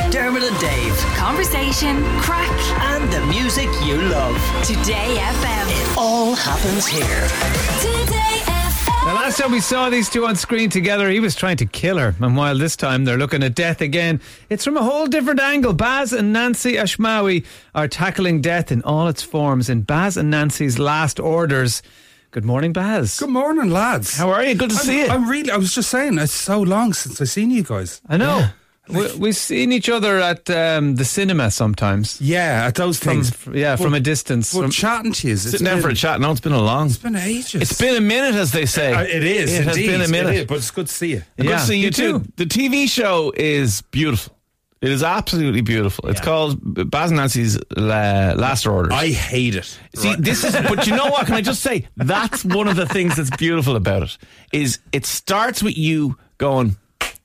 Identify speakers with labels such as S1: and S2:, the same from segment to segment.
S1: and Dave.
S2: Conversation, crack,
S1: And the music you love.
S2: Today FM.
S1: All happens here.
S2: Today
S3: The
S2: FM.
S3: last time we saw these two on screen together, he was trying to kill her. And while this time they're looking at death again, it's from a whole different angle. Baz and Nancy Ashmawi are tackling death in all its forms in Baz and Nancy's Last Orders. Good morning, Baz.
S4: Good morning, lads.
S3: How are you? Good to
S4: I'm,
S3: see you.
S4: I'm really. I was just saying, it's so long since I've seen you guys.
S3: I know. We, we've seen each other at um, the cinema sometimes.
S4: Yeah, at those
S3: From,
S4: things.
S3: f- yeah, from a distance.
S4: But
S3: From-
S4: chatting to you, it's
S5: Sitting down
S4: been,
S5: for a chat. No, it's been a long.
S4: It's been ages.
S5: It's been a minute, as they say.
S4: Uh, it is.
S5: It has
S4: indeed,
S5: been a minute.
S4: it is, but it's good to see you.
S5: Good
S3: Yeah,
S5: to see you,
S3: you
S5: too.
S3: too.
S5: The TV show is beautiful. It is absolutely beautiful. It's called Baz and Nancy's La- Last Orders.
S4: I hate it.
S5: See, this is, but you know what? Can I just say that's one of the things that's beautiful about it is it starts with you going,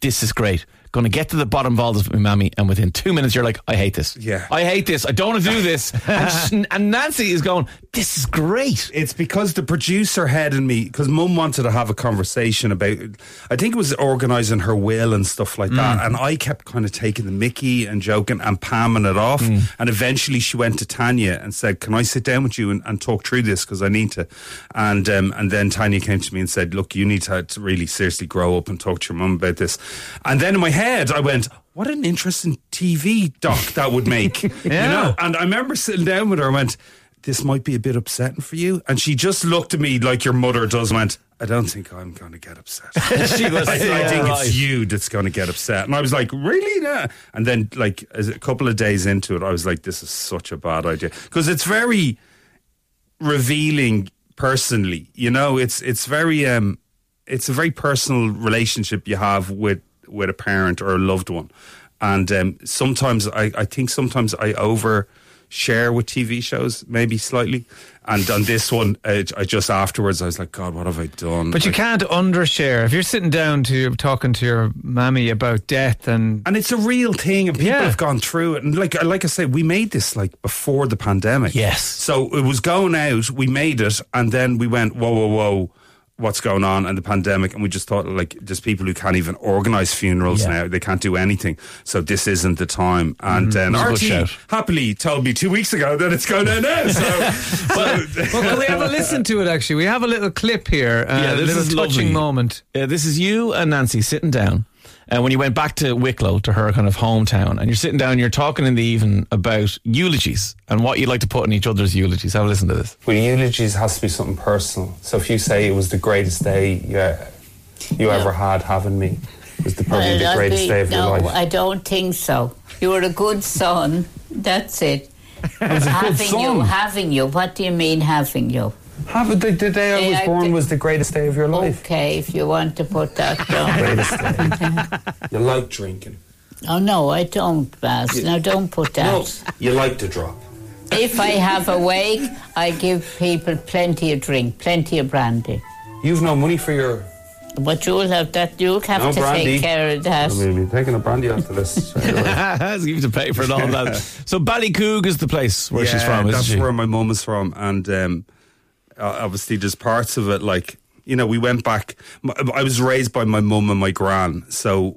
S5: "This is great." Going to get to the bottom of all this with my mammy, and within two minutes you're like, "I hate this.
S4: Yeah.
S5: I hate this. I don't want to do this." and, sh- and Nancy is going, "This is great."
S4: It's because the producer head and me, because Mum wanted to have a conversation about. I think it was organising her will and stuff like that, and I kept kind of taking the Mickey and joking and palming it off, and eventually she went to Tanya and said, "Can I sit down with you and, and talk through this because I need to?" And um, and then Tanya came to me and said, "Look, you need to, to really seriously grow up and talk to your mum about this." And then in my head, I went. What an interesting TV doc that would make, you know. And I remember sitting down with her and went, this might be a bit upsetting for you. And she just looked at me like your mother does and went, I don't think I'm going to get upset.
S5: she was.
S4: I, I think
S5: right.
S4: it's you that's going to get upset. And I was like, really? Nah. And then, like, as a couple of days into it, I was like, this is such a bad idea. Because it's very revealing personally. You know, it's it's very um it's a very personal relationship you have with with a parent or a loved one. And um sometimes I, I think sometimes I over share with TV shows maybe slightly. And on this one I, I just afterwards I was like god what have I done?
S3: but you
S4: I-
S3: can't undershare. If you're sitting down to talking to your mammy about death
S5: Mm.
S3: and
S4: and it's a real thing, and people
S3: Yeah.
S4: have gone through it. And like, like I say, we made this like before the pandemic.
S5: Yes.
S4: So it was going out. We made it, and then we went, whoa, whoa, whoa, what's going on? And the pandemic, and we just thought like, there's people who can't even organise funerals now. They can't do anything. So this isn't the time. And then
S5: Mm. a good
S4: RT
S5: shout.
S4: happily told me two weeks ago that it's going out now. So,
S3: Well, can we have a listen to it? Actually, we have a little clip here. Uh,
S5: Yeah,
S3: a
S5: this
S3: little
S5: is
S3: touching
S5: lovely.
S3: moment.
S5: Uh, this is you and Nancy sitting down. Uh, when you went back to Wicklow, to her kind of hometown, and you're sitting down, you're talking in the evening about eulogies and what you'd like to put in each other's eulogies. Have a listen to this.
S4: well, eulogies has to be something personal. So if you say it was the greatest day you, you ever had having me, it was the,
S6: Well, Uh, I'd be- no, I don't think so. You were a good son. That's it. having you, having you. What do you mean having you?
S4: Have the, the day I
S6: Day
S4: was
S6: I
S4: born
S6: did-
S4: was the greatest day of
S6: Oh,
S4: your life.
S6: Okay, if you want to put that down.
S4: Greatest day. you like drinking.
S6: oh no, I don't, Baz. Now don't put
S4: No,
S6: that.
S4: you like to drop.
S6: If I have a wake, I give people plenty of drink, plenty of brandy.
S4: You've no money for your.
S6: But you'll have that. You'll have
S4: No
S6: to
S4: brandy.
S6: take care of that.
S4: I mean, you're taking a brandy after this. straight away.
S5: As you have to pay for it all that. So Ballycoog is the place where she's from, isn't
S4: That's
S5: she?
S4: where my mum is from, and um, uh, obviously there's parts of it like you know we went back. m- I was raised by my mum and my gran, so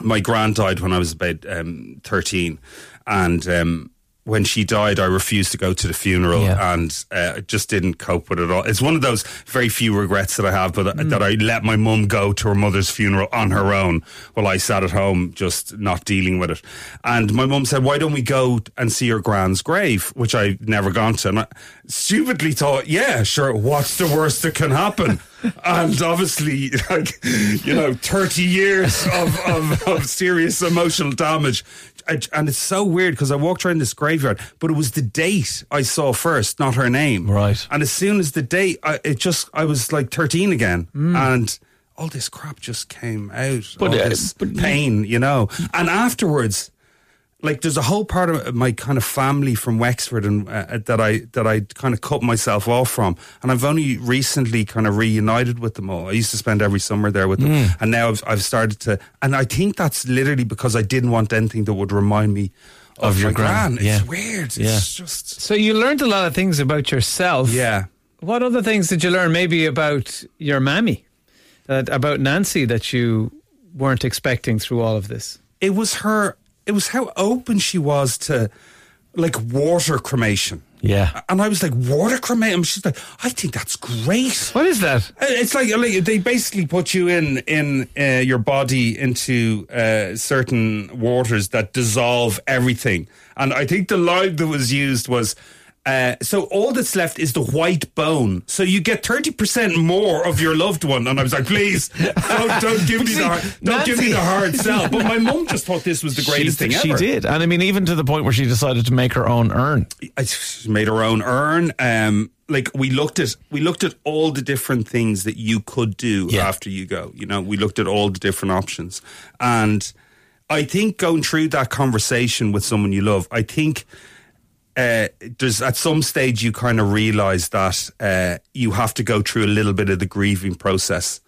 S4: my gran died when I was about um, thirteen, and. Um, when she died, I refused to go to the funeral
S5: Yeah.
S4: and uh, just didn't cope with it all. It's one of those very few regrets that I have, but uh, that I let my mum go to her mother's funeral on her own while I sat at home just not dealing with it. And my mum said, "Why don't we go and see your grand's grave?" Which I never gone to, and I stupidly thought, "Yeah, sure. What's the worst that can happen?" and obviously, like you know, thirty years of of, of serious emotional damage. I- And it's so weird because I walked around this graveyard, but it was the date I saw first, not her name.
S5: Right.
S4: And as soon as the date, I, it just, I was like 13 again. And all this crap just came out.
S5: Mm. But,
S4: all
S5: uh,
S4: this pain, you know. And afterwards, like there's a whole part of my kind of family from Wexford and uh, that I that I kind of cut myself off from, and I've only recently kind of reunited with them all. I used to spend every summer there with them,
S5: Mm.
S4: and now I've I've started to, and I think that's literally because I didn't want anything that would remind me of,
S5: Of your
S4: my gran.
S5: gran, yeah.
S4: It's weird. It's
S5: Yeah.
S4: just
S3: So you learned a lot of things about yourself.
S4: yeah.
S3: What other things did you learn? Maybe about your mammy, uh, about Nancy that you weren't expecting through all of this.
S4: it was her it was how open she was to like water cremation.
S5: Yeah.
S4: And I was like, water cremation? She's like, I think that's great.
S3: What is that?
S4: Uh, It's like, like they basically put you in in uh, your body into uh, certain waters that dissolve everything. And I think the line that was used was. Uh, so all that's left is the white bone. So you get thirty percent more of your loved one, and I was like, "Please, don't, don't give me the hard, don't give me the hard sell." But my mum just thought this was the greatest
S5: she,
S4: thing
S5: she
S4: ever.
S5: did. And I mean, even to the point where she decided to make her own urn.
S4: I just made her own urn. Um, like we looked at we looked at all the different things that you could do
S5: Yeah.
S4: after you go. You know, we looked at all the different options, and I think going through that conversation with someone you love, I think uh, there's at some stage you kind of realize that uh, you have to go through a little bit of the grieving process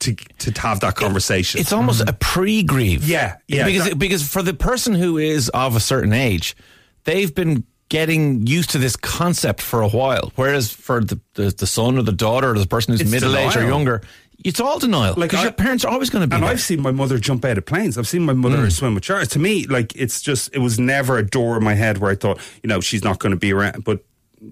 S4: to to have that conversation.
S5: It's almost a pre grieve.
S4: Mm. Yeah, yeah,
S5: Because,
S4: that-
S5: because for the person who is of a certain age, they've been getting used to this concept for a while. Whereas for the, the, the son or the daughter or the person who's
S4: It's
S5: middle aged or
S4: denial.
S5: younger, it's all denial.
S4: Like,
S5: Because
S4: I-
S5: your parents are always going to be
S4: And
S5: there.
S4: I've seen my mother jump out of planes. I've seen my mother
S3: Hmm.
S4: swim with sharks. To me, like it's just it was never a door in my head where I thought, you know, she's not going to be around. But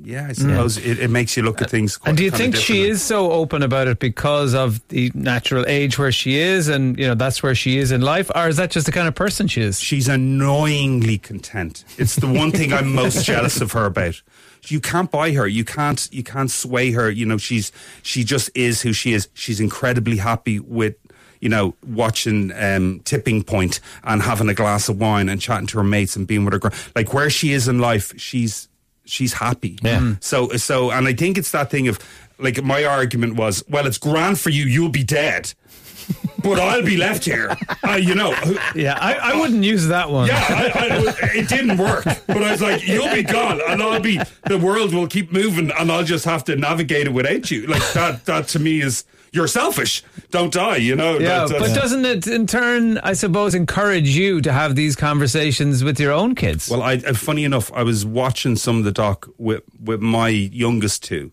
S4: yeah, I suppose it, it makes you look at things. Quite,
S3: Hmm. Uh, And do you
S4: kinda
S3: think she
S4: differently.
S3: is so open about it because of the natural age where she is and, you know, that's where she is in life? Or is that just the kind of person she is?
S4: She's annoyingly content. It's the one thing I'm most jealous of her about. You can't buy her. You can't. You can't sway her. You know, she's she just is who she is. She's incredibly happy with. You know, watching um, Tipping Point and having a glass of wine and chatting to her mates and being with her girl. Like where she is in life, she's she's happy.
S5: Yeah. Mm.
S4: So so, and I think it's that thing of like my argument was, well, it's grand for you. You'll be dead, but I'll be left here. Uh, you know,
S3: Yeah, I, I wouldn't use that one.
S4: yeah, I, I, it didn't work. But I was like, you'll be gone, and I'll be. The world will keep moving, and I'll just have to navigate it without you. Like that. That to me is you're selfish. Don't die. You know.
S3: Yeah,
S4: That- that's-
S3: but doesn't it in turn, I suppose, encourage you to have these conversations with your own kids?
S4: Well, I, uh, funny enough, I was watching some of the doc with with my youngest two,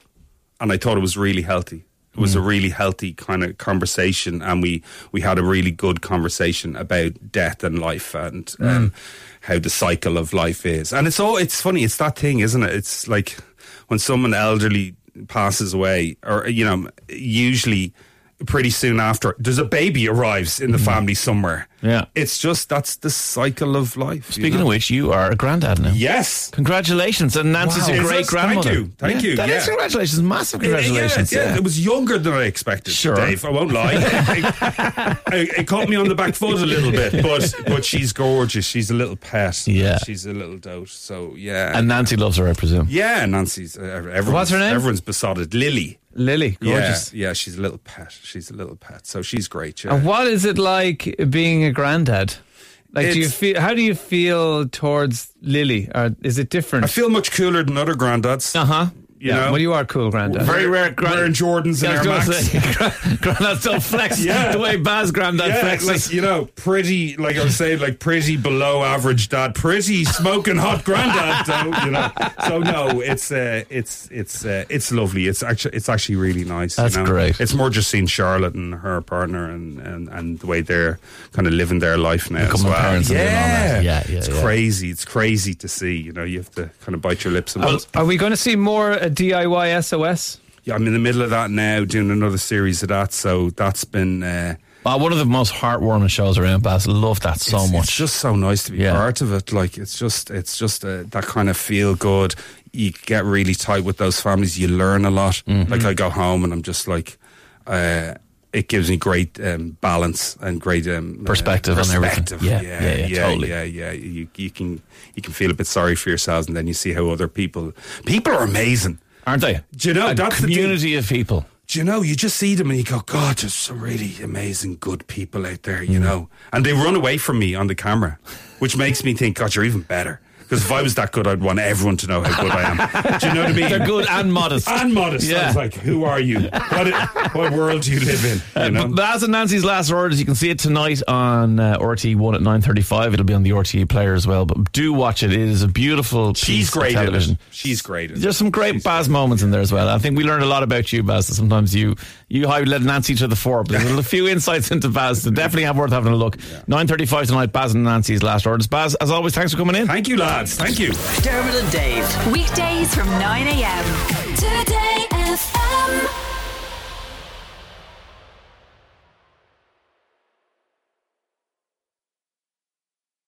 S4: and I thought it was really healthy. It was
S5: Mm.
S4: a really healthy kind of conversation, and we we had a really good conversation about death and life and
S5: Mm.
S4: um, how the cycle of life is. And it's all it's funny. It's that thing, isn't it? It's like when someone elderly passes away, or you know, usually. Pretty soon after, there's a baby arrives in the family somewhere.
S5: Mm. Yeah.
S4: it's just that's the cycle of life. you
S5: Speaking
S4: know?
S5: of which, you are a granddad now.
S4: Yes.
S5: Congratulations. And Nancy's
S4: Wow. Is
S5: a great
S4: this-
S5: grandmother.
S4: thank you, thank you,
S5: That is
S4: yeah.
S5: congratulations. Massive congratulations.
S4: Yeah, yeah,
S5: yeah.
S4: It was younger than I expected,
S5: Sure.
S4: Dave. I won't lie. it, it- it caught me on the back foot a little bit, but but she's gorgeous. She's a little pet.
S5: Yeah.
S4: She's a little dote. So, yeah.
S5: And Nancy loves her, I presume.
S4: yeah, Nancy's. Uh, everyone's,
S3: her name?
S4: Everyone's besotted. Lily.
S3: Lily, gorgeous.
S4: Yeah, yeah, she's a little pet. She's a little pet. So she's great. Yeah.
S3: And what is it like being a granddad? Like, do you
S4: It's-
S3: feel? How do you feel towards Lily? Or is it different?
S4: I feel much cooler than other granddads.
S3: Uh huh.
S4: You know?
S3: well, you are cool, granddad.
S5: Very rare grand-
S4: Wearing Jordans and Air
S5: I
S4: Max.
S5: was gonna say, gran- Grandad still flexed
S4: Yeah.
S5: the way Baz Grandad
S4: Yeah,
S5: flexes.
S4: like you know, pretty like I was saying, like pretty below average dad, pretty smoking hot granddad. So you know, so no, it's uh, it's it's uh, it's lovely. It's actually it's actually really nice.
S5: That's
S4: you know?
S5: great.
S4: It's more just seeing Charlotte and her partner and and, and the way they're kind of living their life now as
S5: Becoming
S4: well.
S5: parents and
S4: yeah.
S5: doing all that. Yeah, yeah,
S4: It's
S5: yeah.
S4: crazy. It's crazy to see. You know, you have to kind of bite your lips a
S3: Well,
S4: bit.
S3: are we going to see more uh, DIY SOS?
S4: yeah, I'm in the middle of that now, doing another series of that. So that's been. Uh,
S5: Wow, one of the most heartwarming shows around, Baz. Love that so
S4: it's,
S5: much.
S4: It's just so nice to be
S5: Yeah.
S4: part of it. Like it's just, it's just uh, that kind of feel good. You get really tight with those families. You learn a lot.
S5: Mm-hmm.
S4: Like I go home and I'm just like, uh, it gives me great um, balance and great um, uh,
S5: Perspective on everything.
S4: perspective.
S5: Yeah,
S4: Yeah,
S5: yeah, yeah, totally.
S4: yeah, yeah. You you can you can feel a bit sorry for yourselves, and then you see how other people people are amazing.
S5: Aren't they?
S4: Do you know,
S5: a
S4: that's the thing.
S5: community of people.
S4: Do you know, you just see them and you go, God, there's some really amazing, good
S5: Hmm.
S4: people out there, you know. And they run away from me on the camera, which makes me think, God, you're even better. Because if I was that good, I'd want everyone to know how good I am. Do you know what I mean?
S5: They're good and modest.
S4: And modest. I
S5: Yeah.
S4: was like, who are you? What, what world do you live in? You know?
S5: Uh, But Baz and Nancy's last orders. You can see it tonight on uh, RT One at nine thirty-five. It'll be on the RTE player as well. But do watch it. It is a beautiful. piece
S4: She's
S5: of
S4: great at
S5: television.
S4: it. She's great at it.
S5: There's some great Baz moments in there as well. I think we learned a lot about you, Baz. that Sometimes you you how you led Nancy to the fore, but there's a few insights into Baz that definitely have worth having a look. Nine thirty-five tonight. Baz and Nancy's last orders. Baz, as always, thanks for coming in.
S4: Thank you, lads. Thank you.
S1: Dermot and Dave.
S2: Weekdays from 9 a.m. Today.